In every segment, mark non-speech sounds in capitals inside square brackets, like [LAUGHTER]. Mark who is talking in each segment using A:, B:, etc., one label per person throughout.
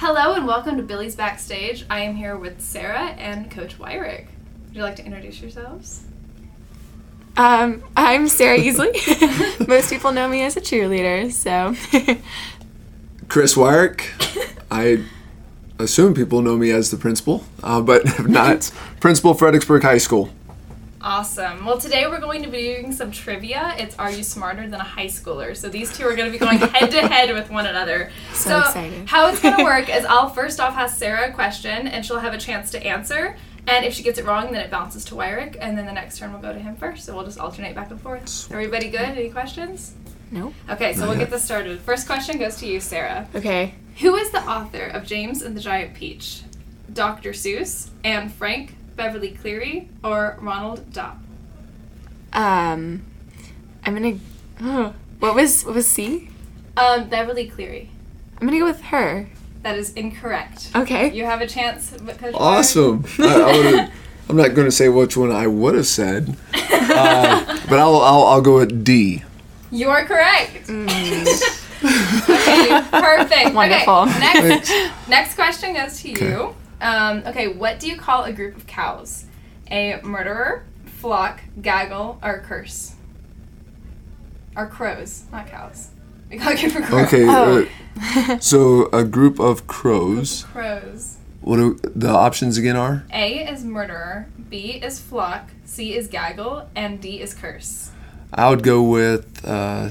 A: welcome to Billy's Backstage. I am here with Sarah and Coach Wyrick. Would you like to introduce yourselves?
B: Um, I'm
A: [LAUGHS]
B: Sarah Easley. [LAUGHS] Most people know me as a cheerleader, so [LAUGHS]
C: Chris Wyrick. I assume people know me as the principal, uh, but [LAUGHS] if not, principal Fredericksburg High School.
A: Awesome. Well, today we're going to be doing some trivia. It's Are You Smarter Than a High Schooler? So these two are going to be going head to head with one another.
B: So excited.
A: how it's
B: [LAUGHS]
A: going to work is I'll first off ask Sarah a question and she'll have a chance to answer. And if she gets it wrong, then it bounces to Wyrick, and then the next turn will go to him first. So we'll just alternate back and forth. Everybody good? Any questions?
B: no.
A: Okay, so we'll get this started. First question goes to you, Sarah.
B: Okay,
A: Who is the author of James and the Giant Peach? Dr. Seuss, Anne Frank, Beverly Cleary, or Ronald Dopp?
B: um, I'm gonna. Oh, what was what was C?
A: Um, Beverly Cleary.
B: I'm gonna go with her.
A: That is incorrect.
B: Okay.
A: You have a chance. but Coach
C: Awesome. I, I would've- I'm not going to say which one I would have said, uh, but I'll, I'll, I'll go with D.
A: Barber, You are correct. [LAUGHS] okay, perfect. Okay,
B: Wonderful.
A: next, next question goes to you. Um, okay, what do you call a group of cows? A murderer, flock, gaggle, or curse? Or crows, not cows. We call it group of crows.
C: Okay,
B: Oh.
C: uh, so a group of crows.
A: Crows.
C: What do the options again are?
A: A is murderer, B is flock, C is gaggle, and D is curse.
C: I would go with. Uh,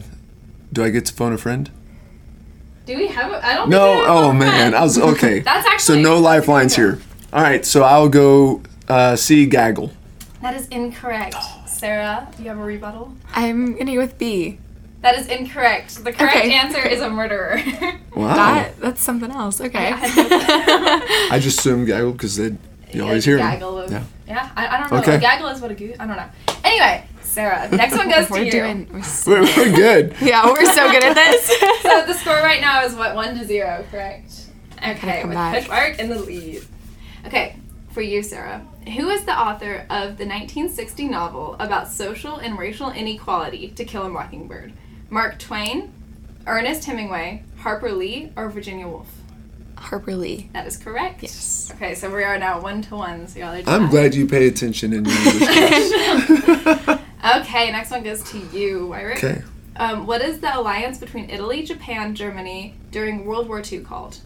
C: do I get to phone a friend?
A: Do we have? A, I don't. think
C: No.
A: we have
C: Oh
A: one
C: man,
A: friend.
C: I was
A: [LAUGHS]
C: okay.
A: That's
C: so
A: actually-
C: no lifelines here. All right, so I'll go uh, C gaggle.
A: That is incorrect. Sarah, do you have a rebuttal?
B: I'm gonna go with B.
A: That is incorrect. The correct
B: Okay.
A: answer is a [LAUGHS] murderer. Oh.
C: Wow.
B: That that's something else. Okay. [LAUGHS]
C: I just assumed gaggle because they you always hear 'em.
A: gaggle of,
C: Yeah. [LAUGHS]
A: yeah. I, I don't know.
C: Okay.
A: A gaggle is what a goose. I don't know. Anyway, Sarah, next one [LAUGHS] goes to
B: we're
A: you.
B: doing. We're so,
C: We're, we're good.
B: yeah, we're so good at
A: [LAUGHS] So
B: this.
A: the score right now is what one to zero, correct? Okay,
B: come
A: with
B: back.
A: Coach Mark in the lead. Okay, for you, Sarah. Who is the author of the 1960 novel about social and racial inequality, To Kill a Mockingbird? Mark Twain, Ernest Hemingway, Harper Lee, or Virginia Woolf?
B: Harper Lee.
A: That is correct.
B: Yes.
A: Okay, so we are now one to one. So y'all are.
C: I'm
A: tied.
C: glad you pay attention in your English.
A: [LAUGHS] Okay, next one goes to you, Wyrick.
C: okay.
A: Um, what is the alliance between Italy, Japan, Germany during World War II called?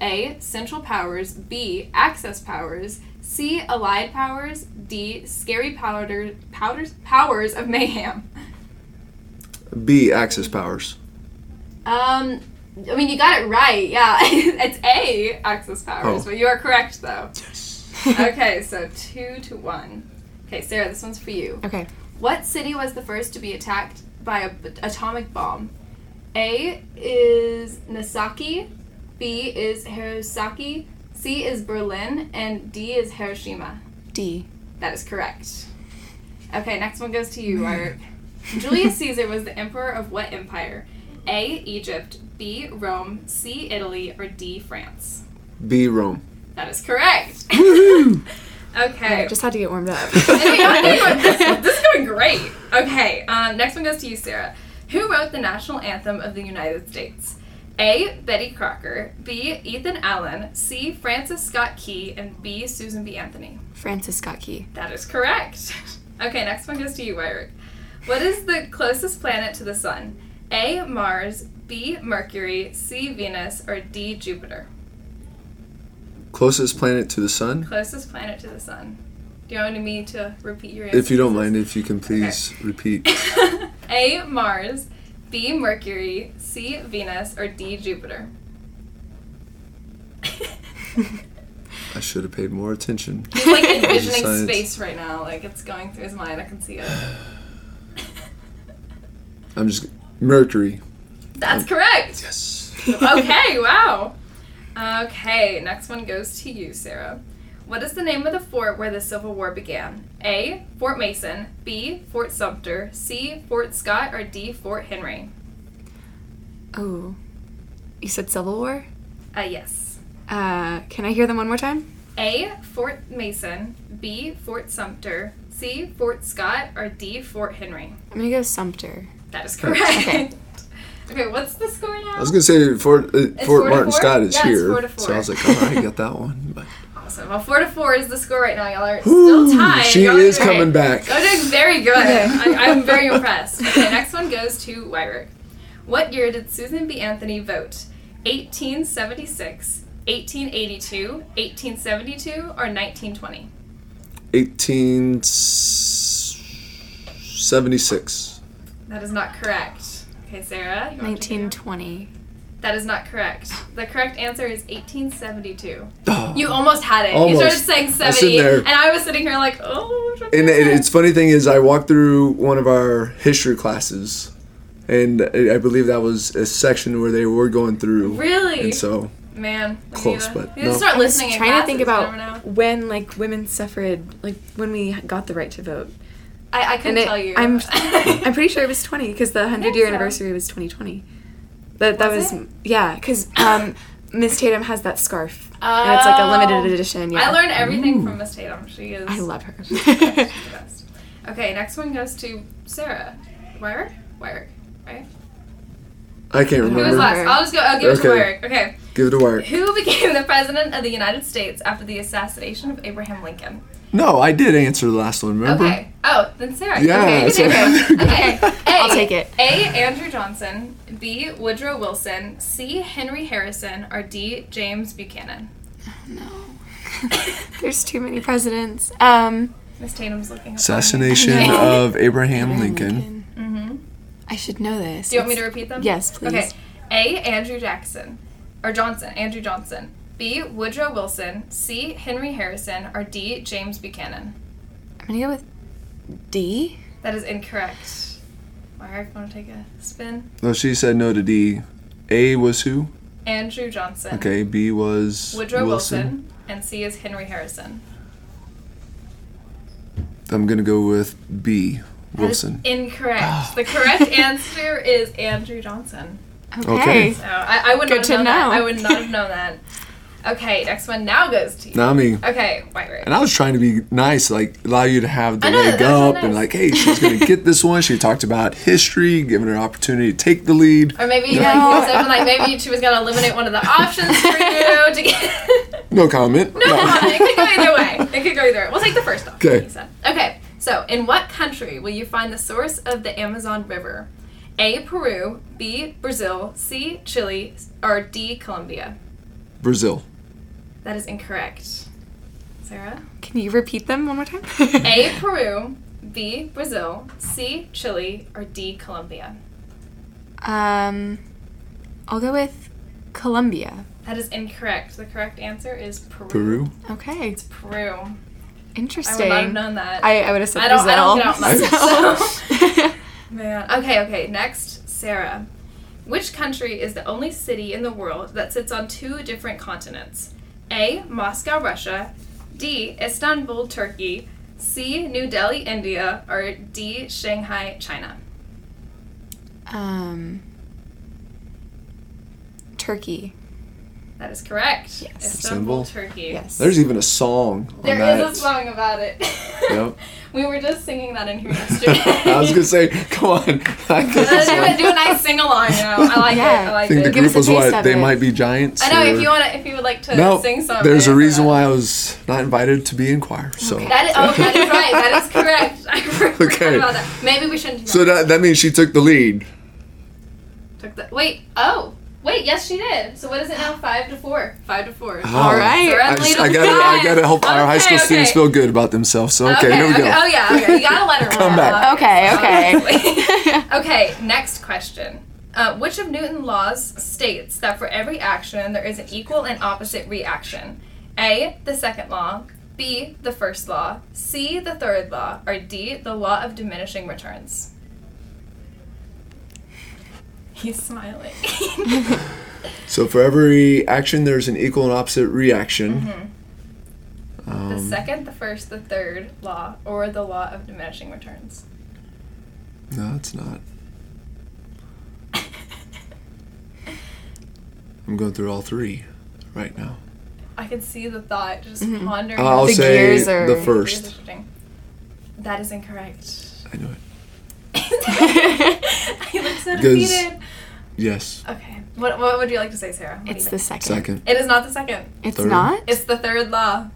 A: A. Central Powers. B. Access Powers. C. Allied Powers. D. Scary powder, powders, Powers of Mayhem.
C: B access powers.
A: Um, I mean, you got it right. Yeah, [LAUGHS] it's A. Access Powers,
C: Oh.
A: but you are correct though. okay, so two to one. Okay, Sarah, this one's for you.
B: Okay.
A: What city was the first to be attacked by an atomic bomb? A is Nagasaki, B is Hiroshima, C is Berlin, and D is Hiroshima.
B: D.
A: That is correct. Okay, next one goes to you, Art. Julius Caesar was the emperor of what empire? A. Egypt, B. Rome, C. Italy, or D. France.
C: B Rome.
A: That is correct. [LAUGHS] okay.
B: Just had to get
A: [LAUGHS]
B: warmed up.
A: Hey, I'm doing- this, this is going great. Okay, um, next one goes to you, Sarah. Who wrote the national anthem of the United States? A. Betty Crocker. B. Ethan Allen. C. Francis Scott Key. And B. Susan B. Anthony.
B: Francis Scott Key.
A: That is correct. [LAUGHS] Okay, next one goes to you, Wyrick. What is the closest planet to the sun? A. Mars. B. Mercury. C. Venus. Or D. Jupiter.
C: Closest planet to the sun.
A: Closest planet to the sun. Do you want me to repeat your answer?
C: If you don't mind, if you can please repeat.
A: [LAUGHS] A. Mars, B. Mercury, C. Venus, or D. Jupiter.
C: I should have paid more attention.
A: He's like envisioning
C: Besides-
A: space right now. Like it's going through his mind. I can see it.
C: I'm just Mercury.
A: That's correct.
C: Yes.
A: Okay. Wow. Okay. Next one goes to you, Sarah. What is the name of the fort where the Civil War began? A. Fort Mason. B. Fort Sumter. C. Fort Scott. Or D. Fort Henry.
B: Oh. You said Civil War?
A: Uh, yes.
B: Uh, can I hear them one more time?
A: A. Fort Mason. B. Fort Sumter. C. Fort Scott. Or D. Fort Henry.
B: I'm gonna go Sumter.
A: That is correct.
B: Okay.
A: [LAUGHS] Okay, what's the score now?
C: I was gonna say Fort uh, Fort
A: four to
C: Martin
A: four?
C: Scott is
A: Yeah, it's
C: here,
A: four to
C: so
A: four.
C: I was like, oh, I got that
A: [LAUGHS]
C: one. But
A: awesome. Well, four to four is the score right now. Y'all are
C: Whew,
A: still tied.
C: she
A: Y'all are
C: is
A: doing great.
C: coming back.
A: Y'all are doing very good.
B: Okay.
A: I, I'm very impressed. Okay, next one goes to Wyrick. What year did Susan B. Anthony vote? 1876, 1882, 1872, or 1920?
C: 1876.
A: That is not correct. Okay, Sarah. you want to
B: Nineteen
A: do?
B: twenty.
A: That is not correct. The correct answer is 1872.
C: Oh.
A: You almost had it. You
C: Almost.
A: started saying
C: I was
A: 70,
C: sitting there.
A: and I was sitting here like, oh. which one
C: And
A: is
C: it,
A: it?
C: it's funny thing is, I walked through one of our history classes, and I I believe that was a section where they were going through.
A: Really?
C: And so,
A: Man.
C: Close,
A: you,
C: but
A: you just
C: no.
A: start
B: I was
A: listening.
B: trying
A: in
B: to think
A: classes, you
B: about
A: never know.
B: when like women's suffrage, like when we got the right to vote.
A: I, I couldn't
B: and it-
A: tell you. [LAUGHS]
B: I'm- I'm pretty sure it was 20 because the 100 year
A: so.
B: anniversary was 2020. That that
A: Was
B: was, yeah, because um, Miss Tatum has that scarf. And it's like a limited
A: Oh.
B: edition. Yeah.
A: I learned everything
C: Ooh.
A: from Miss Tatum. She is. [LAUGHS]
B: I love her.
A: she's the best. Okay, next one goes to Sarah. Wyrick? Wyrick. Right?
C: I can't
B: Who
A: Who
C: remember.
A: was last?
B: Remember.
A: I'll just go. I'll give it to
C: Okay.
A: Wyrick. Okay.
C: Give it to Wire.
A: Who [LAUGHS] became the president of the United States after the assassination of Abraham Lincoln?
C: No, I did answer the last one. Remember?
A: Okay. Oh, then Sarah.
C: Yeah,
A: Okay, you
C: so-
A: can take it.
C: [LAUGHS]
A: Okay. A,
B: I'll take it.
A: A. Andrew Johnson. B. Woodrow Wilson. C. Henry Harrison. Or D. James Buchanan. [LAUGHS]
B: [LAUGHS] There's too many presidents. Um,
A: Miss Tatum's looking. up.
C: Assassination
B: No.
C: of Abraham Lincoln.
B: I should know this.
A: Do you want me to repeat them?
B: Yes, please.
A: Okay. A. Andrew Jackson. Or Johnson. Andrew Johnson. B. Woodrow Wilson. C. Henry Harrison. Or D. James Buchanan.
B: I'm gonna go with D.
A: That is incorrect. Mark, want to take a spin?
C: No, she said no to D. A was who?
A: Andrew Johnson.
C: Okay, B was
A: Woodrow Wilson. And C is Henry Harrison.
C: I'm gonna go with B.
A: That is
C: Wilson.
B: Ah.
A: Incorrect. The
B: [LAUGHS]
A: correct answer is Andrew Johnson.
C: Okay.
B: Okay.
A: So I, I would not
B: Good
A: have
B: to
A: known that.
B: know.
A: I would not have known that. Okay, next one now goes to you.
C: Now me.
A: Okay, White Rose.
C: And I was trying to be nice, like allow you to have the
A: I know,
C: leg
A: that was
C: up
A: so
C: and
A: nice.
C: like, hey, she's gonna get this one. She talked about history, giving her an opportunity to take the lead.
A: Or maybe
B: No.
A: like, you said, like maybe she was gonna eliminate one of the options for
B: [LAUGHS]
A: you to get.
C: [LAUGHS] No comment.
A: no, [LAUGHS] it could go either way. It could go either way. We'll take the first option.
C: Okay.
A: you said. Okay. So, in what country will you find the source of the Amazon River? A. Peru. B. Brazil. C. Chile. Or D. Colombia.
C: Brazil.
A: That is incorrect. Sarah.
B: Can you repeat them one more time? [LAUGHS]
A: A. Peru. B. Brazil. C. Chile. Or D. Colombia.
B: Um, I'll go with Columbia.
A: That is incorrect. The correct answer is Peru.
C: Peru.
B: Okay.
A: It's Peru. I would
B: Interesting.
A: not have known that.
B: I, I would have said
A: I don't- I don't
B: Brazil,
A: get out much,
B: [LAUGHS] so-
A: Man. Okay, okay. Next, Sarah. Which country is the only city in the world that sits on two different continents? A. Moscow, Russia. D. Istanbul, Turkey. C. New Delhi, India. Or D. Shanghai, China.
B: um, Turkey.
A: That is correct.
B: Yes.
A: Istanbul,
C: Istanbul.
A: Turkey.
B: Yes.
C: There's even a song on
A: There is
C: that.
A: a song about it.
C: Yep.
A: [LAUGHS] we were just singing that in here yesterday.
C: [LAUGHS] I was
A: [LAUGHS]
C: gonna say, come on. [LAUGHS] I
A: do, [LAUGHS]
C: guess,
A: a,
C: like,
A: do a nice sing along now. I like it. I
B: Yeah.
A: like
C: I think the
A: it.
B: Give us
C: group
B: a
C: was
B: taste
C: what
B: of
C: they
B: it.
C: might be giants.
A: I know if
C: or-
A: you want to, if you would like to
C: No,
A: sing something.
C: there's a reason
A: but-
C: why I was not invited to be in choir. So,
A: That is, oh, that is right. That is correct. [LAUGHS] I forgot
C: Okay.
A: about that. Maybe we shouldn't. Do
C: so that that means she took the lead.
A: Took the, wait. Oh, wait. Yes, she did. So what is it now? Five to four. Five to four.
C: Oh,
B: All
A: Sarah,
B: right.
C: I, just-
A: lead
C: I
A: us
C: gotta, I
A: on.
C: gotta help our high
A: Okay,
C: school students
A: okay.
C: feel good about themselves. So, okay, here we go.
A: Oh yeah. Okay. You gotta let her
C: Come
A: roll,
C: back.
B: Okay,
A: [LAUGHS] obviously.
B: okay.
A: okay. Next question. Uh, which of Newton's laws states that for every action there is an equal and opposite reaction? A. The second law. B. The first law. C. The third law. Or D. The law of diminishing returns. [LAUGHS] He's smiling. [LAUGHS]
C: So for every action, there's an equal and opposite reaction.
A: the
C: Um.
A: second, the first, the third law, or the law of diminishing returns.
B: Mm-hmm.
C: No, it's
B: [LAUGHS]
C: not. I'm going through all three right now.
A: I can see the thought just pondering.
C: Mm-hmm. I'll
B: The
C: say
B: gears are-
C: the first.
A: That is incorrect. [LAUGHS]
C: I know it.
A: he looks so defeated.
C: Yes.
A: Okay. What, what would you like to say, Sarah? What do you
B: It's the
A: think?
B: second.
C: Second.
A: It is not the second.
B: It's
C: Third.
B: not?
A: It's the third law.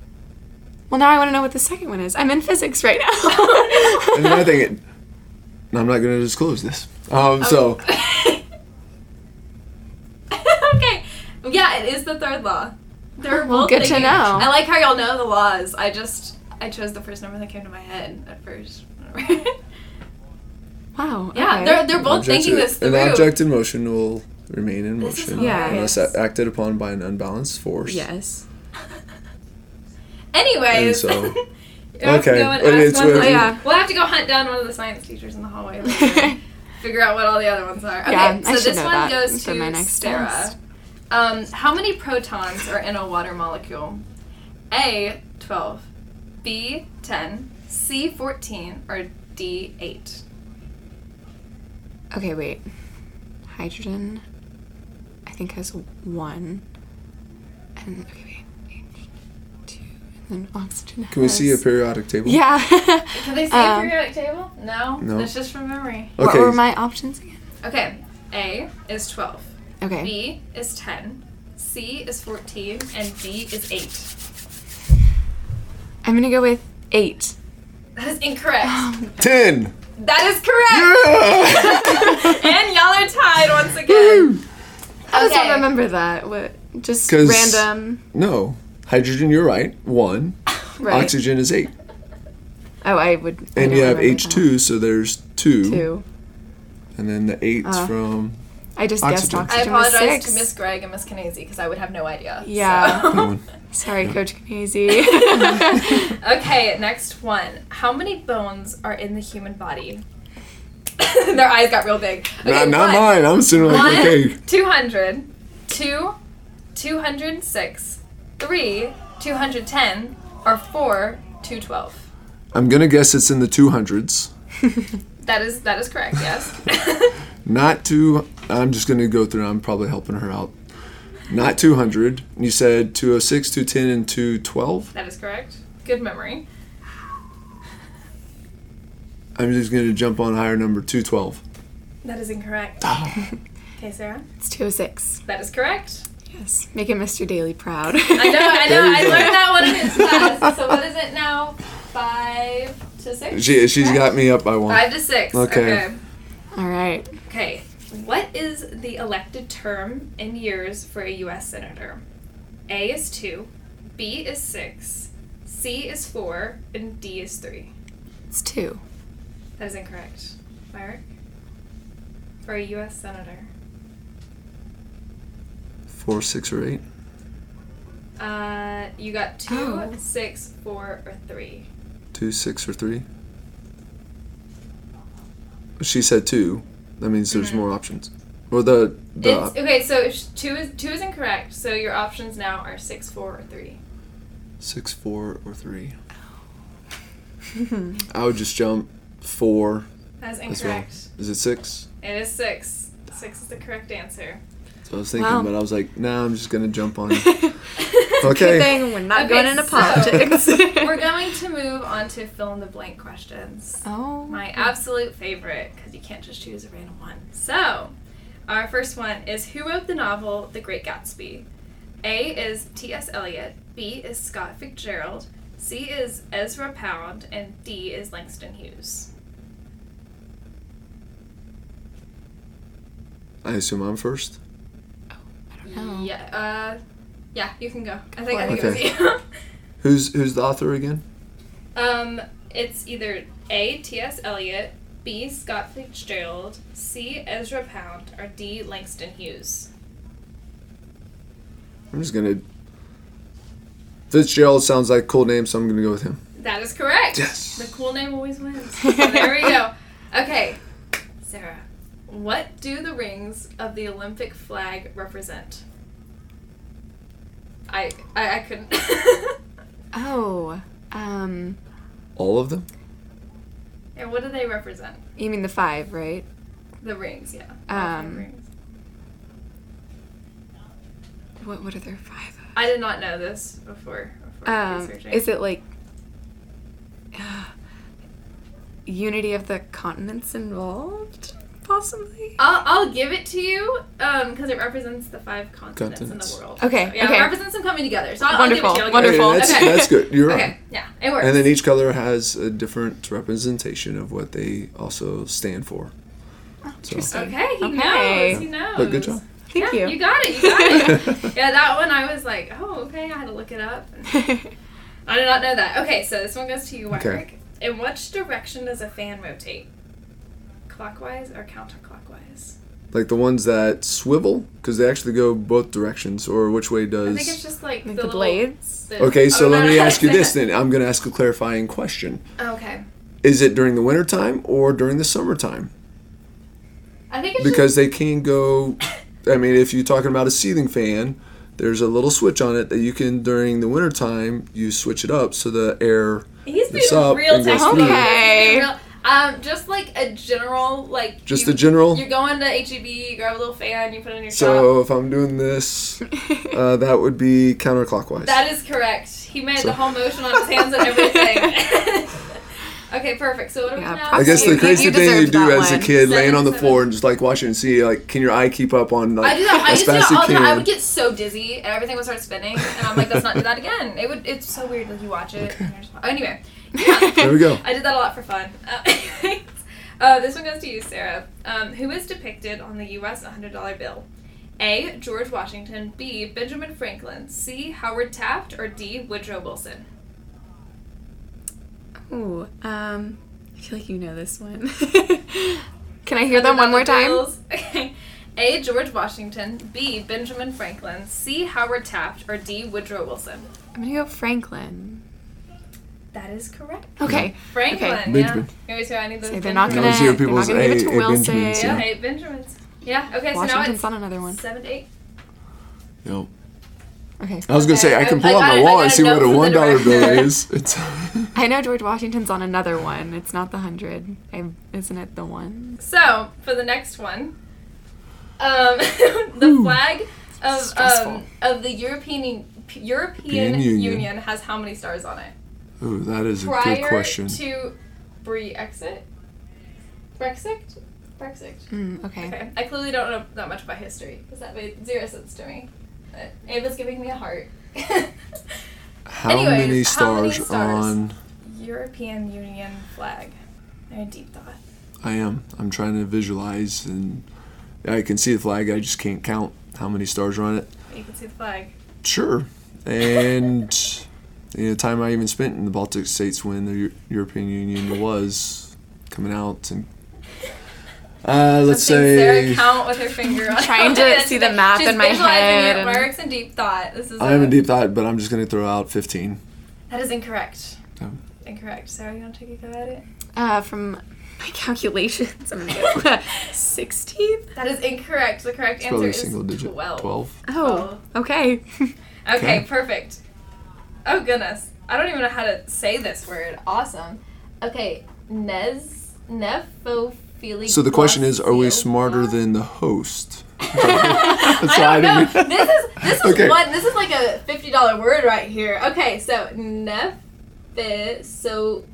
B: well, now I want to know what the second one is. I'm in physics right
C: [LAUGHS] And then
B: now.
C: I think it. no, I'm not going to disclose this. Um, so
B: Oh,
A: [LAUGHS] okay. Yeah, it is the third law. They're
B: Well,
A: both
B: good to
A: thinking-
B: know.
A: I like how y'all know the laws. I just I chose the first number that came to my head at first. [LAUGHS]
B: wow.
A: yeah,
B: okay.
A: they're they're both thinking this
C: an
A: through.
C: object in motion will remain in
A: This is
C: motion
B: Yeah.
C: unless
A: hilarious.
C: a- acted upon by an unbalanced force.
B: Yes.
A: Anyways.
C: And so-
A: [LAUGHS] You'll have to
C: Okay,
A: go and
C: and
A: ask
C: it's
A: one-
C: with-
A: oh, yeah.
B: Yeah.
A: We'll have to go hunt down one of the science teachers in the hallway. [LAUGHS] later.
B: okay.
A: Figure out what all the other ones are. Okay,
B: Yeah, I
A: so
B: should
A: this
B: know
A: one
B: that
A: goes
B: for
A: to
B: my next
A: Sarah.
B: test.
A: Um, how many protons are in a water molecule? A twelve, B ten, C fourteen, or D eight.
B: wait. Hydrogen, I think, has one. And, okay, wait. H, Two. And then oxygen
C: Can we see a
B: has-
C: periodic table?
B: [LAUGHS] Yeah.
A: Can they see
B: Um,
A: a periodic table? No,
C: No.
A: That's just from memory.
B: What
C: Okay.
B: were my options again?
A: Okay, A is twelve,
B: Okay.
A: B is ten, C is fourteen, and D is eight.
B: I'm gonna go with eight.
A: That is
B: [GASPS]
A: incorrect.
C: Ten. [LAUGHS]
A: that is correct.
C: Yeah!
A: and y'all are tied once again.
B: I just
A: Okay.
B: don't remember that. What? Just
C: 'Cause-
B: random.
C: no. Hydrogen, you're right. One.
B: Right.
C: Oxygen is eight.
B: Oh, I would. I
C: And
B: don't
C: you have
B: remember
C: H2, so there's two.
B: that. Two.
C: And then the eight's
B: Uh.
C: from.
B: I just guessed
C: Oxygen.
A: I
B: oxygen was
A: apologize
B: six.
A: to Miss Greg and Miss Kinesi because I would have no idea.
B: Yeah.
A: so.
C: one.
B: Sorry, Coach
A: [LAUGHS]
B: Kinesi.
A: okay, next one. How many bones are in the human body? [LAUGHS] Their eyes got real big.
C: not
A: Okay,
C: Ah, not
A: one.
C: mine. I'm sitting like,
A: One,
C: okay.
A: 200, two, 206, three, 210, or four, 212.
C: I'm going to guess it's in the 200s.
A: That is that is correct, yes. [LAUGHS]
C: Not two. I'm just going to go through. I'm probably helping her out. Not 200. You said 206, 210, and 212.
A: that is correct. Good memory.
C: I'm just going to jump on higher number 212.
A: That is
C: [LAUGHS]
A: incorrect. okay, Sarah.
B: it's 206.
A: That is correct.
B: Yes. Making Mr. Daly proud.
A: I know, I know.
C: There you
A: I
C: go.
A: learned that one in his class. So what is it now? Five to six.
C: She, she's got me up by one.
A: Five to six.
C: Okay.
A: okay.
B: [LAUGHS] All right.
A: Okay. What is the elected term in years for a U.S. senator? A is two, B is six, C is four, and D is three.
B: It's two.
A: That is incorrect. Mark? For a U.S. senator.
C: Four, six, or eight.
A: Uh, you got two,
B: Oh.
A: six, four, or three.
C: Two, six, or three? She said two. That means there's more options. Or the the
A: It's, okay, so it's- two is two is incorrect. So your options now are six, four, or three.
C: six, four, or three. I would just jump four.
A: That's
C: That's wrong.
A: incorrect.
C: Is it six?
A: It is six. Six is the correct answer.
C: So I was thinking,
B: Wow.
C: but I was like, nah, I'm just gonna jump on.
B: Good
C: Okay.
B: thing we're not
A: Okay,
B: going into
A: so-
B: [LAUGHS] politics.
A: We're going to move on to fill in the blank questions.
B: oh.
A: My absolute favorite, because you can't just choose a random one. So, our first one is Who wrote the novel The Great Gatsby? A is T.S. Eliot, B is Scott Fitzgerald, C is Ezra Pound, and D is Langston Hughes.
C: I assume I'm first.
B: Oh.
A: Yeah, uh, yeah, you can go. I think, I think it was
C: Okay.
A: you. [LAUGHS]
C: Who's who's the author again?
A: Um, it's either A. T. S. Eliot, B. Scott Fitzgerald, C. Ezra Pound, or D. Langston Hughes.
C: I'm just gonna. Fitzgerald sounds like a cool name, so I'm gonna go with him.
A: That is correct.
C: Yes.
A: The cool name always
B: [LAUGHS]
A: wins. there we go. Okay, Sarah, what do the rings of the Olympic flag represent? I I, I couldn't. [LAUGHS]
B: Oh. Um.
C: All of them?
A: and what do they represent?
B: You mean the five, right?
A: The rings, yeah.
B: Um,
A: The rings.
B: What? What are there five? of?
A: I did not know this before. before
B: Um.
A: researching.
B: Is it like? uh, unity of the continents involved? possibly?
A: I'll, I'll give it to you because it represents the five continents,
C: Continents.
A: in the world.
B: Okay,
A: So, yeah,
B: okay.
A: it represents them coming together. So I'll, I'll give it to you. I'll give it to you.
B: Wonderful,
C: Hey, that's,
A: Okay.
C: that's good. You're
B: Okay.
C: right.
A: Yeah, it works.
C: And then each color has a different representation of what they also stand for.
A: Oh,
C: So,
B: Interesting.
A: okay, he
B: Okay.
A: knows. He knows.
C: uh, but good job.
B: Thank
A: Yeah,
B: you.
A: You got it. You got
B: [LAUGHS]
A: it. yeah, that one I was like, oh, okay. I had to look it up. I did not know that. Okay, so this one goes to you, Wyrick.
C: Okay.
A: In which direction does a fan rotate? Clockwise or counterclockwise?
C: Like the ones that swivel, because they actually go both directions, or which way
A: I
C: does.
A: think it's just like
B: Like
A: the,
B: the
A: little-
B: blades?
A: the-
C: Okay, so
A: oh,
C: let
A: no,
C: me
A: no,
C: ask you
A: no, no. [LAUGHS]
C: this then. I'm going to ask a clarifying question.
A: Oh, Okay.
C: Is it during the wintertime or during the summertime?
A: I think it's
C: Because they can go. I mean, if you're talking about a ceiling fan, there's a little switch on it that you can, during the wintertime, you switch it up so the air.
A: just he's
C: it's
A: being
C: up
A: real
C: and goes
A: technical.
B: through.
A: He's
B: Okay.
A: being real- Um, just like a general like
C: Just
A: you,
C: the general.
A: You're going to HEB, E you grab a little fan, you put it in your shop.
C: So if I'm doing this,
A: [LAUGHS]
C: uh, that would be counterclockwise.
A: That is correct. He made
C: So-
A: the whole motion on his hands and
C: [LAUGHS]
A: everything. okay, perfect. So what do we
B: Yeah,
A: now?
B: props
C: I guess
B: You-
C: the crazy
B: you
C: thing you
B: deserved
C: do
B: that
C: as a
B: one.
C: kid, laying on the
A: Seven,
C: floor and just like watching and see, like, can your eye keep up on like
A: I do that. I
C: as
A: used to do
C: fast
A: that
C: as
A: all the
C: you
A: time. I would
C: can?
A: get so dizzy, and everything would start spinning, and I'm like, let's not do that again. It would. It's so weird. Like you watch it. And you're just, anyway,
C: There
A: [LAUGHS]
C: we go.
A: I did that a lot for fun. Uh, [LAUGHS] uh, this one goes to you, Sarah. Um, who is depicted on the U.S. $100 bill? A. George Washington. B. Benjamin Franklin. C. Howard Taft. Or D. Woodrow Wilson.
B: [LAUGHS] Ooh, um, I feel like you know this one. [LAUGHS] Can I hear them one more time?
A: Bills. [LAUGHS] Okay. A. George Washington. B. Benjamin Franklin. C. Howard Taft. Or D. Woodrow Wilson.
B: I'm gonna go Franklin.
A: That is correct.
B: Okay.
A: Franklin.
B: Okay.
A: Yeah.
C: Benjamin.
A: Here's who I need those
B: So they're not
C: I
A: Benjamins.
B: gonna.
C: always hear people
B: They're not
C: say,
B: gonna give it to
C: "Hey, hey,
B: Wilson.
C: Benjamins,
A: Yeah,
C: yeah.
A: eight Benjamins. Yeah. Okay.
B: Washington's
A: so
B: on
A: now
B: another one.
A: it's seven, to eight.
C: Yep.
B: Okay.
C: I was gonna say I
A: Okay,
C: can
A: I-
C: pull out
A: I-
C: my
A: I
C: wall
A: got
C: and
A: a
C: see
A: note
C: what a
A: from the
C: one dollar bill
A: director. [LAUGHS]
C: is. It's [LAUGHS]
B: I know George Washington's on another one. It's not the hundred. I, isn't it the one?
A: So for the next one, um, [LAUGHS] the flag of
B: Stressful.
A: um, of the European Un- European
C: European
A: Union.
C: Union.
A: has how many stars on it?
C: Ooh, that is a good
A: Prior
C: question.
A: to Brexit, Brexit, Brexit.
B: Mm, okay.
A: Okay, I clearly don't know that much about history because that made zero sense to me. Uh, Ava's giving me a heart. [LAUGHS]
C: How
A: Anyways,
C: many
A: how many
C: stars
A: stars?
C: on?
A: European Union flag. Very deep thought.
C: I am. I'm trying to visualize, and I can see the flag. I just can't count how many stars are on it.
A: You can see the flag.
C: Sure. And you know, the time I even spent in the Baltic states when the Eu- European Union was coming out, and uh, let's
A: Something Sarah
C: say
A: count with her finger. on
B: Trying to
A: it.
B: see the map
A: She's
B: in my
A: visualizing
B: head
A: It
B: and-
A: works in deep thought. This is.
C: I am
A: a-
C: in deep thought, but I'm just gonna throw out 15.
A: That is incorrect.
C: Um.
A: Incorrect. Sarah, you want to take a go at it?
B: Uh, from my
A: [LAUGHS]
B: calculations, I'm gonna [LAUGHS] go sixteen.
A: That is incorrect. The correct answer
C: Probably
A: is
C: single digit.
A: 12.
C: 12.
B: Oh. Okay. [LAUGHS]
A: Okay,
C: Okay.
A: perfect. Oh goodness, I don't even know how to say this word. Awesome. Okay, Nez nephophilic.
C: So the question is, are we smarter than the host?
A: I
C: I
A: don't know.
C: didn't-
A: This is this is
C: Okay.
A: one. This is like a fifty dollar word right here. Okay, so nephisogia,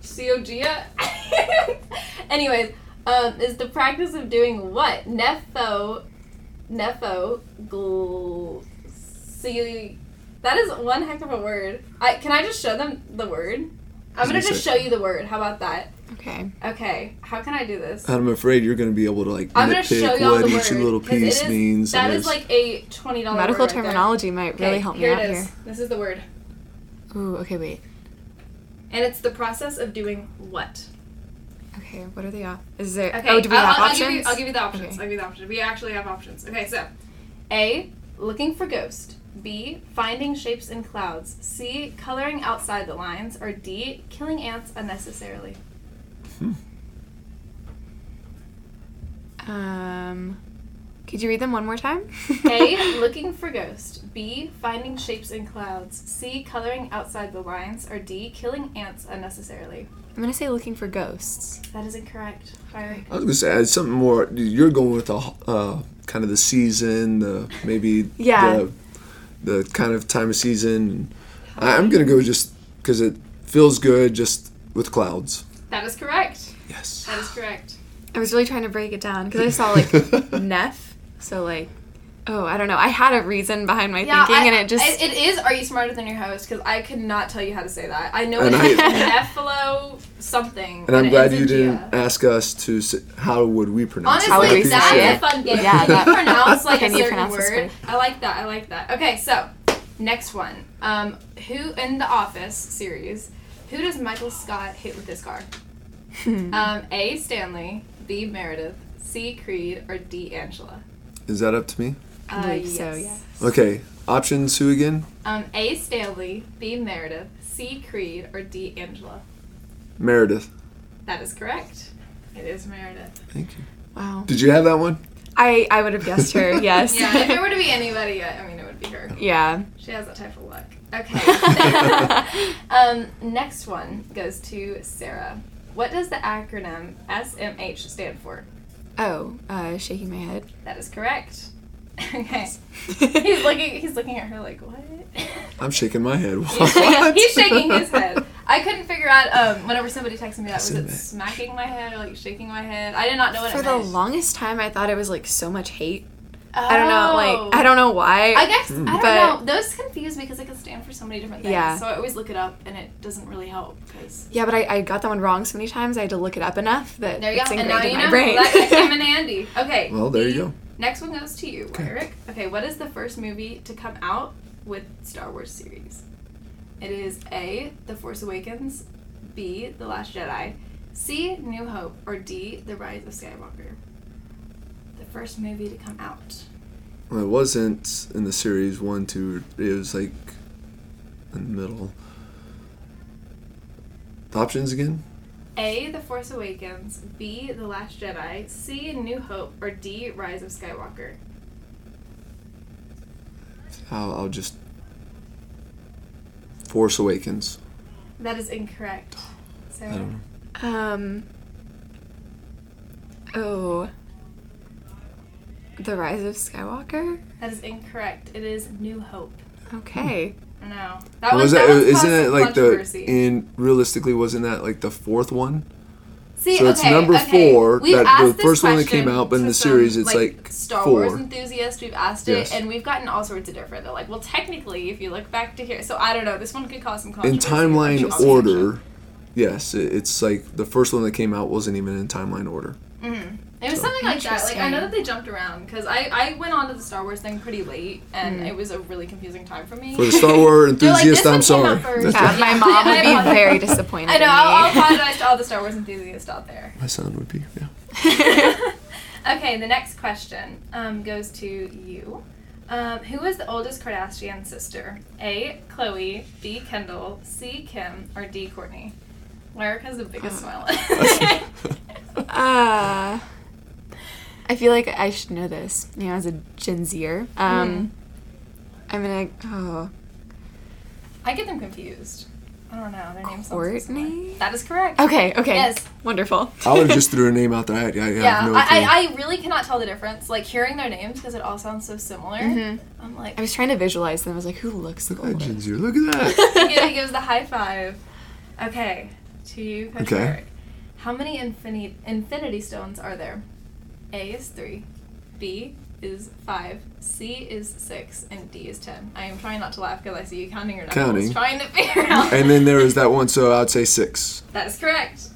A: cogia. [LAUGHS] Anyways, um, is the practice of doing what nepho, nepho gl, see, that is one heck of a word. I can I just show them the word. I'm gonna
C: gonna
A: just
C: say-
A: show you the word. How about that?
B: Okay.
A: Okay, how can I do this?
C: I'm afraid you're going to be able to like
A: I'm gonna show
C: nitpick
A: y'all
C: what
A: the
C: each
A: word,
C: little
A: 'cause it
C: piece
A: is-
C: means.
A: That
C: and
A: is
C: it's-
A: like a twenty dollar
B: Medical terminology might really help me
A: here
B: out
A: it is.
B: here.
A: This is the word,
B: Ooh. Okay. Wait.
A: and it's the process of doing what?
B: Okay. What are the op? Is there?
A: Okay.
B: oh, do we
A: I'll,
B: have
A: I'll, I'll
B: options?
A: give you, I'll give you the options.
B: Okay.
A: I'll give you the options. We actually have options. Okay, so A. Looking for ghost. B. Finding shapes in clouds. C. Coloring outside the lines. Or D. Killing ants unnecessarily.
B: Um, could you read them one more time?
A: A. Looking for ghost. B. Finding shapes in clouds. C. Coloring outside the lines. Or D. Killing ants unnecessarily.
B: [LAUGHS] I'm gonna say looking for ghosts.
A: That is incorrect. Fire.
C: I was going to say it's something more. You're going with the uh, kind of the season, the maybe
B: Yeah.
C: the, the kind of time of season. I, I'm going to go just because it feels good, just with clouds.
A: That is correct.
C: Yes.
A: That is correct.
B: I was really trying to break it down because I saw like Neff. So like, oh, I don't know. I had a reason behind my thinking,
A: I-
B: and it just
A: I- it is. Are you smarter than your host? Because I could not tell you how to say that. I know
C: And
A: it's
C: I-
A: Nephilo something.
C: And I'm
A: it
C: glad
A: ends
C: you
A: in
C: didn't
A: Gia.
C: ask us to. s how would we pronounce
B: How would
A: Honestly,
C: it?
B: we
C: I
A: that
B: say
A: is
C: appreciate
A: a fun game. [LAUGHS]
B: Yeah,
A: Can
B: that-
A: you pronounce like
B: Can
A: a
B: you
A: certain
B: pronounce this
A: word?
B: word?
A: I like that. I like that. Okay, so next one. Um, who in the Office series? Who does Michael Scott hit with his car?
B: Hmm.
A: Um, a. Stanley. B. Meredith. C. Creed. Or D. Angela. Uh,
C: Is that up to me?
B: I believe so,
C: Okay. Options who again?
A: Um, A. Stanley. B. Meredith. C. Creed. Or D. Angela.
C: Meredith.
A: That is correct. It is Meredith.
C: Thank you.
B: wow.
C: Did you have that one?
B: I I would have guessed
A: [LAUGHS]
B: her. Yes.
A: Yeah,
B: [LAUGHS]
A: if it were to be anybody, I I mean, it would be her.
B: yeah.
A: She has that type of luck. Okay. [LAUGHS] um, next one goes to Sarah. What does the acronym SMH stand for?
B: Oh, uh, shaking my head.
A: That is correct. [LAUGHS] Okay. He's
B: [LAUGHS]
A: looking. He's looking at her like [LAUGHS] what?
C: I'm shaking my head. [LAUGHS] What?
A: [LAUGHS] He's shaking his head. I couldn't figure out um, whenever somebody texted me that was it
C: SMH.
A: smacking my head or like shaking my head. I did not know what
B: For
A: it
B: the
A: meant.
B: longest time, I thought it was like so much hate. I don't know. Like I don't know why.
A: Oh. I guess I don't
B: But-
A: know. Those confuse me because it can stand for so many different things.
B: Yeah.
A: So I always look it up, and it doesn't really help. 'cause-
B: yeah, but I, I got that one wrong so many times. I had to look it up enough that
A: There you
B: it's
A: go. And
B: ingrained
A: now
B: in
A: you
B: my
A: know
B: brain.
A: that
B: [LAUGHS]
A: came in handy. Okay.
C: well, there you
A: the
C: go.
A: Next one goes to you, Eric. Okay. What is the first movie to come out with Star Wars series? It is A. The Force Awakens, B. The Last Jedi, C. New Hope, or D. The Rise of Skywalker. The first movie to come out.
C: Well, it wasn't in the series one, two. It was like in the middle. The options again?
A: A. The Force Awakens. B. The Last Jedi. C. New Hope. Or D. Rise of Skywalker.
C: I'll, I'll just. Force Awakens.
A: That is incorrect. So,
C: I don't know.
B: Um. Oh. The Rise of Skywalker.
A: that is incorrect. It is New Hope.
B: Okay.
A: I know. That
C: was
A: was,
C: that,
A: Oh, that was
C: isn't
A: caused
C: it
A: some
C: like the
A: controversy.
C: in realistically wasn't that like the fourth one?
A: See,
C: so it's
A: okay,
C: number
A: okay.
C: four,
A: We've
C: that- the
A: asked this
C: first one that came
A: question
C: out, but in
A: to
C: the series it's, like,
A: Star Wars
C: four.
A: enthusiasts. We've asked it,
C: Yes.
A: and we've gotten all sorts of different. They're like, well, technically, if you look back to here, so I don't know. This one could cause some
C: In
A: controversy.
C: timeline
A: like,
C: order, yes, it, it's like the first one that came out wasn't even in timeline order.
A: It was something like that. Like I
B: Interesting.
A: know that they jumped around because I I went on to the Star Wars thing pretty late, and
B: Hmm.
A: it was a really confusing time for me.
C: For
A: [LAUGHS]
C: the Star Wars
A: They're like,
C: enthusiast,
A: "This
C: I'm
A: one
C: sorry.
A: came out first."
B: Uh, my mom would
A: I
B: be
A: know.
B: very disappointed.
A: I know.
B: in
A: I'll, I'll
B: me.
A: apologize to all the Star Wars enthusiasts out there.
C: My son would be yeah.
A: Okay, the next question um, goes to you. Um, who is the oldest Kardashian sister? A. Chloe, B. Kendall, C. Kim, or D. Courtney? Lyric has the biggest smile.
C: [LAUGHS]
B: Uh, I feel like I should know this. You know, as a Gen Zer. Um, I'm gonna. Oh,
A: [LAUGHS] I get them confused. I don't know. Their names sound so similar.
B: Courtney.
A: That is correct.
B: Okay. Okay.
A: Yes.
B: Wonderful.
C: I would have just threw a name out there. I, I, I
A: Yeah,
C: have no clue.
A: I, I, I really cannot tell the difference. Like hearing their names because it all sounds so similar. I'm like,
B: Mm-hmm. I was trying to visualize them. I was like, who looks
C: Look at that,
B: older?
C: Gen Z, Look at that.
A: he gi- he gives the high five. Okay, to you, Coach
C: Okay.
A: Eric. How many infinity infinity stones are there? A is three, B is five, C is six, and D is ten. I am trying not to laugh because I see you counting your knuckles,
C: Counting.
A: trying to figure out.
C: and then there was that one, so I'd say six.
A: [LAUGHS] that is correct.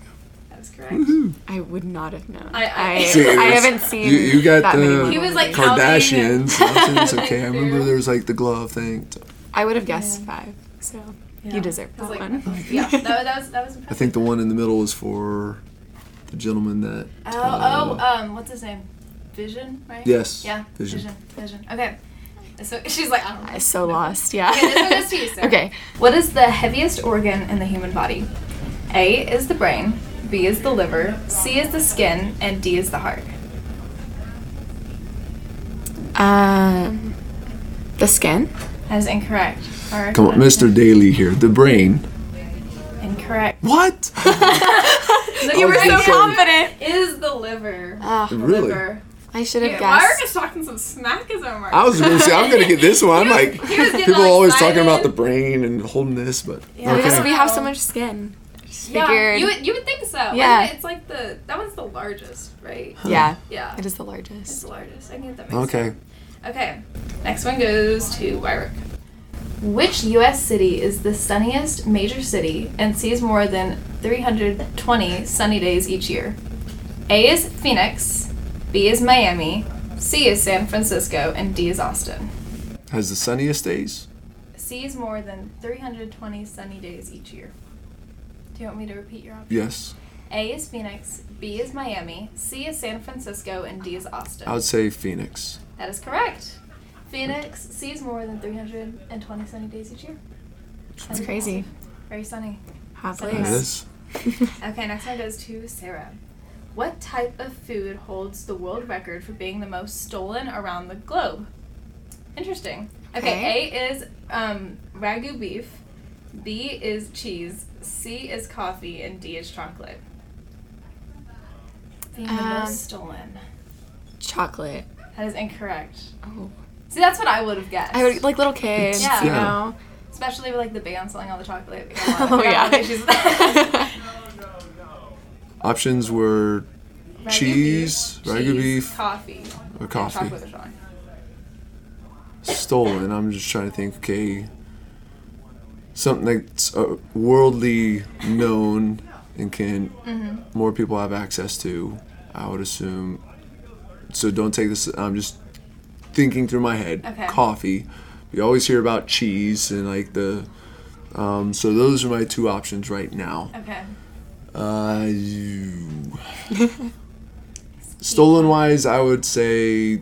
A: That is correct.
C: Woohoo.
B: I would not have known.
A: I-
B: I
A: I-
B: I,
A: See,
C: it was-
B: haven't seen.
C: you- you got
B: that many
C: the-
B: Marvel
A: He was, like,
B: movies.
C: Kardashians. Options,
A: [LAUGHS]
C: okay, I remember
A: True.
C: there was like the glove thing.
B: I would have guessed five. So
A: Yeah.
B: you deserve
A: I
B: that
A: was like, oh,
B: one.
A: [LAUGHS] yeah, that, wa- that was that was
C: [LAUGHS] I
A: impressive.
C: think the one in the middle is for the gentleman that.
A: Oh, oh, um, what's his name? Vision, right?
C: Yes.
A: Yeah.
C: Vision.
A: Vision. Vision. Okay. So [LAUGHS] she's like, I don't know.
B: I'm [LAUGHS] so lost. Yeah.
A: Okay, this one goes to you, Sarah.
B: [LAUGHS] okay.
A: What is the heaviest organ in the human body? A is the brain, B is the liver, C is the skin, and D is the heart.
B: Um, the skin.
A: That is incorrect. Or
C: Come on, Mr. Daly here. The brain.
A: Incorrect.
C: What?
A: [LAUGHS] you
C: were so confident.
A: Is the liver.
B: Ah,
C: Uh, really?
A: Liver.
B: I should have
A: Mark
B: guessed.
A: is talking some smack as Omar.
C: I was gonna say I'm gonna get this one. I'm
A: was-
C: like
A: he was getting
C: people
A: all
C: always talking about
A: excited.
C: the brain and holding this, but
A: Yeah.
B: Because
C: okay.
B: we have so much skin. just
A: Yeah,
B: figured.
A: you would, you would think so.
B: Yeah.
A: Yeah. It's like the, that one's the largest, right?
B: yeah,
A: Yeah.
B: it is the
A: It's
B: largest.
A: the largest. I think that makes
C: Okay.
A: Okay, next one goes to Wyrick. Which U.S. city is the sunniest major city and sees more than 320 sunny days each year? A is Phoenix, B is Miami, C is San Francisco, and D is Austin.
C: Has the sunniest days?
A: Sees more than 320 sunny days each year. Do you want me to repeat your options?
C: Yes.
A: A is Phoenix, B is Miami, C is San Francisco, and D is Austin.
C: I would say Phoenix.
A: That is correct. Phoenix sees more than 320 sunny days each year.
B: It's crazy.
A: Very sunny.
B: Hot
A: Sunny
C: It
A: Yes.
B: place.
C: is.
A: Okay, next one goes to Sarah. What type of food holds the world record for being the most stolen around the globe? Interesting. Okay, A is um, ragu beef, B is cheese, C is coffee, and D is chocolate. Being the
B: Um,
A: most stolen.
B: [LAUGHS] Chocolate.
A: That is incorrect.
B: Oh,
A: See, that's what I would have guessed.
B: I would like little kids.
A: Yeah.
B: You
C: Yeah.
B: know.
A: Especially with like the band selling all the
B: [LAUGHS]
A: chocolate. We got a lot-
B: oh
A: we got a lot of
B: [LAUGHS]
A: issues with that.
B: yeah.
C: Options were
A: Ragu
C: Cheese,
A: beef,
C: ragu
A: cheese,
C: beef,
A: coffee,
C: or
A: and
C: coffee.
A: chocolate with Sean.
C: stolen. I'm just trying to think. Okay, something that's uh, worldly known and can
A: Mm-hmm.
C: more people have access to. I would assume. So don't take this. I'm just thinking through my head.
A: Okay.
C: Coffee. We always hear about cheese and like the. Um, so those are my two options right now.
A: Okay.
C: Uh, you- [LAUGHS] stolen wise, I would say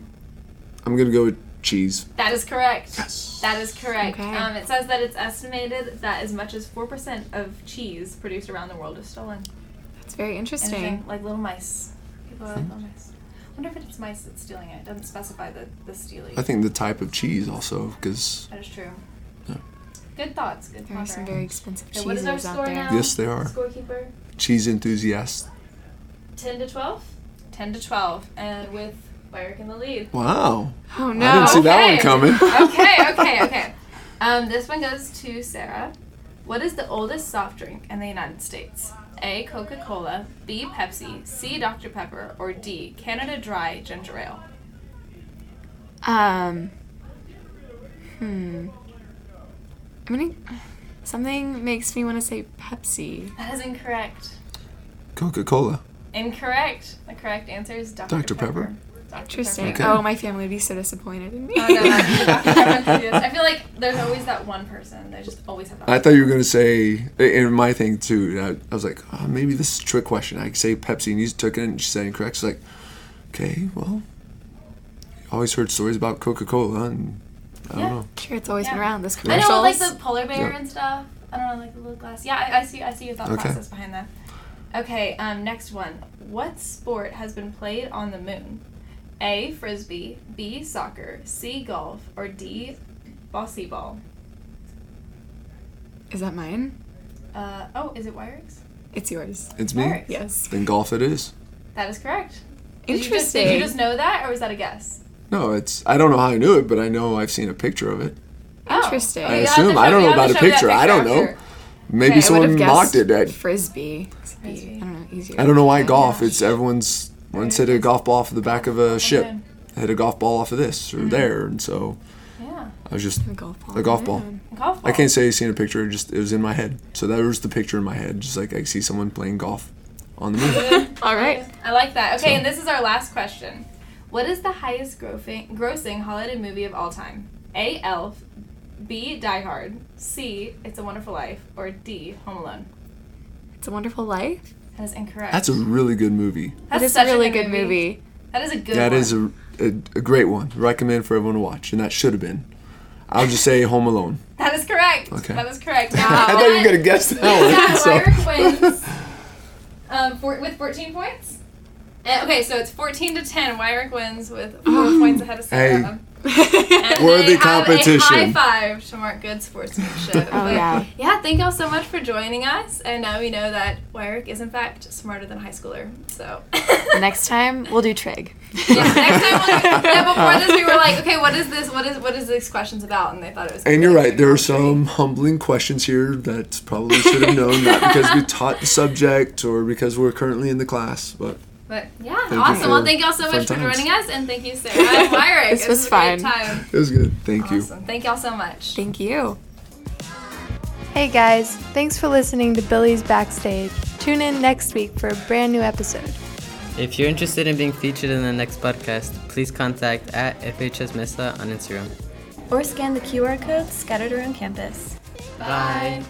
C: I'm gonna go with cheese.
A: That is correct. That is correct.
B: Okay.
A: Um, it says that it's estimated that as much as 4% of cheese produced around the world is stolen.
B: That's very
A: Interesting.
B: interesting.
A: Like little mice. People are like little mice. I wonder if it's mice that's stealing it. It doesn't specify the, the stealing.
C: I think the type of cheese also, because
A: That is true.
C: Yeah.
A: Good thoughts. Good
B: There are some
A: pondering.
B: very expensive
A: Okay, what is
B: cheeses
A: our
B: out
A: score
B: there.
A: now?
C: Yes, they are.
A: Scorekeeper.
C: cheese enthusiasts.
A: 10 to 12? 10 to 12. And with Wyrick in the lead.
C: Wow,
B: Oh
C: I didn't see
B: no.
C: that
A: Okay.
C: one coming. [LAUGHS]
A: okay, okay, okay. Um, this one goes to Sarah. What is the oldest soft drink in the United States? A. Coca Cola. B. Pepsi. C. Dr. Pepper. Or D. Canada Dry Ginger Ale.
B: Um. Hmm. I'm gonna. Something makes me want to say Pepsi.
A: That is incorrect.
C: Coca Cola.
A: Incorrect. The correct answer is Dr.
C: Dr. Pepper.
A: Dr.
B: Interesting.
A: Pepper.
C: Okay.
B: Oh, my family would be so disappointed in me.
A: Oh, no, Dr. Pepper. Yes. I feel like there's always that one person that just always has.
C: I thought you were gonna say, in my thing too. I, I was like, oh, maybe this is a trick question. I could say Pepsi, and you took it, and she said incorrect. She's like, okay, well, always heard stories about Coca Cola, and I
A: Yeah.
C: don't know.
B: [LAUGHS] Sure, it's always been
A: Yeah.
B: around this
A: I
B: commercials.
A: know, like the polar bear
C: Yeah.
A: and stuff. I don't know, like the little glass. Yeah, I, I see. I see your thought
C: Okay.
A: process behind that. Okay, um, next one. What sport has been played on the moon? A. Frisbee. B. Soccer. C. Golf. Or D. Bossy ball.
B: Is that mine?
A: Uh, oh, is it Wirex?
B: It's yours.
C: It's me.
A: Alright.
B: Yes.
C: Then golf, it is.
A: That is correct. Did you just-
B: Interesting.
A: did you just know that, or was that a guess?
C: No, it's. I don't know how I knew it, but I know I've seen a picture of it.
A: Oh.
B: Interesting.
A: Okay,
B: I
A: you'll have to
C: assume. I
A: show-
C: don't know
A: you'll have
C: about
A: to
C: a
A: show me that
C: picture. I don't know.
A: after.
C: Maybe
B: Okay, I would've
C: someone mocked it. At,
B: frisbee.
A: Frisbee.
B: I don't know. Easier.
C: I don't know why golf. It's everyone's once hit a golf ball off the back of a ship.
A: Okay.
C: Hit a golf ball off of this
A: Mm-hmm.
C: or there, and so
A: Yeah.
C: I was just.
B: A golf ball.
C: A golf ball.
B: Mm.
A: Golf ball.
C: I can't say I seen a picture. It just it was in my head. So that was the picture in my head. Just like I see someone playing golf on the moon.
B: [LAUGHS] All right.
A: I like that. Okay,
C: So-
A: and this is our last question. What is the highest grossing, grossing holiday movie of all time? A. Elf, B. Die Hard, C. It's a Wonderful Life, or D. Home Alone.
B: It's a Wonderful Life.
A: That is incorrect.
C: That's a really good movie.
A: That's
B: it is
A: such
B: a really good movie.
A: That is a good.
C: That
A: one.
C: is a, a, a great one. Recommend for everyone to watch, and that should have been. I'll just say Home Alone. [LAUGHS]
A: That is correct.
C: Okay.
A: That is
C: [LAUGHS]
A: correct.
C: I thought you were gonna
A: [LAUGHS]
C: guess [LAUGHS]
A: Yeah,
C: that one.
A: Lyric
C: so.
A: wins. [LAUGHS] Um, for, with Eh, 14
C: [GASPS]
A: points. Uh, okay, so it's 14 to 10. Wyrick wins with four points ahead of Sarah. [LAUGHS] And
C: Worthy
A: they have
C: competition.
A: A high five to mark good sportsmanship.
B: [LAUGHS] Oh,
A: But
B: yeah.
A: yeah, thank y'all so much for joining us. And now we know that Wyrick is in fact smarter than a high schooler. So [LAUGHS]
B: [LAUGHS] Next time, we'll do trig.
A: yeah, next time
B: [LAUGHS]
A: we'll do, yeah, before this we were like, okay, what is this? What is what is this question's about? And they thought it was
C: And you're right. There are some humbling questions here that probably should have known, not because we taught the subject or because we're currently in the class, but
A: But yeah,
C: you
A: awesome. well,
C: for
A: thank y'all so
C: fun
A: much for
C: times.
A: joining us, and thank you, Sarah and Wyrick.
B: This was
A: a great
B: fun.
A: time.
C: it was good. Thank you.
A: Awesome. Thank y'all so much.
B: Thank you.
D: Hey guys, thanks for listening to Billy's Backstage. Tune in next week for a brand new episode.
E: If you're interested in being featured in the next podcast, please contact at FHSMesa on Instagram.
F: or scan the QR codes scattered around campus.
A: Bye.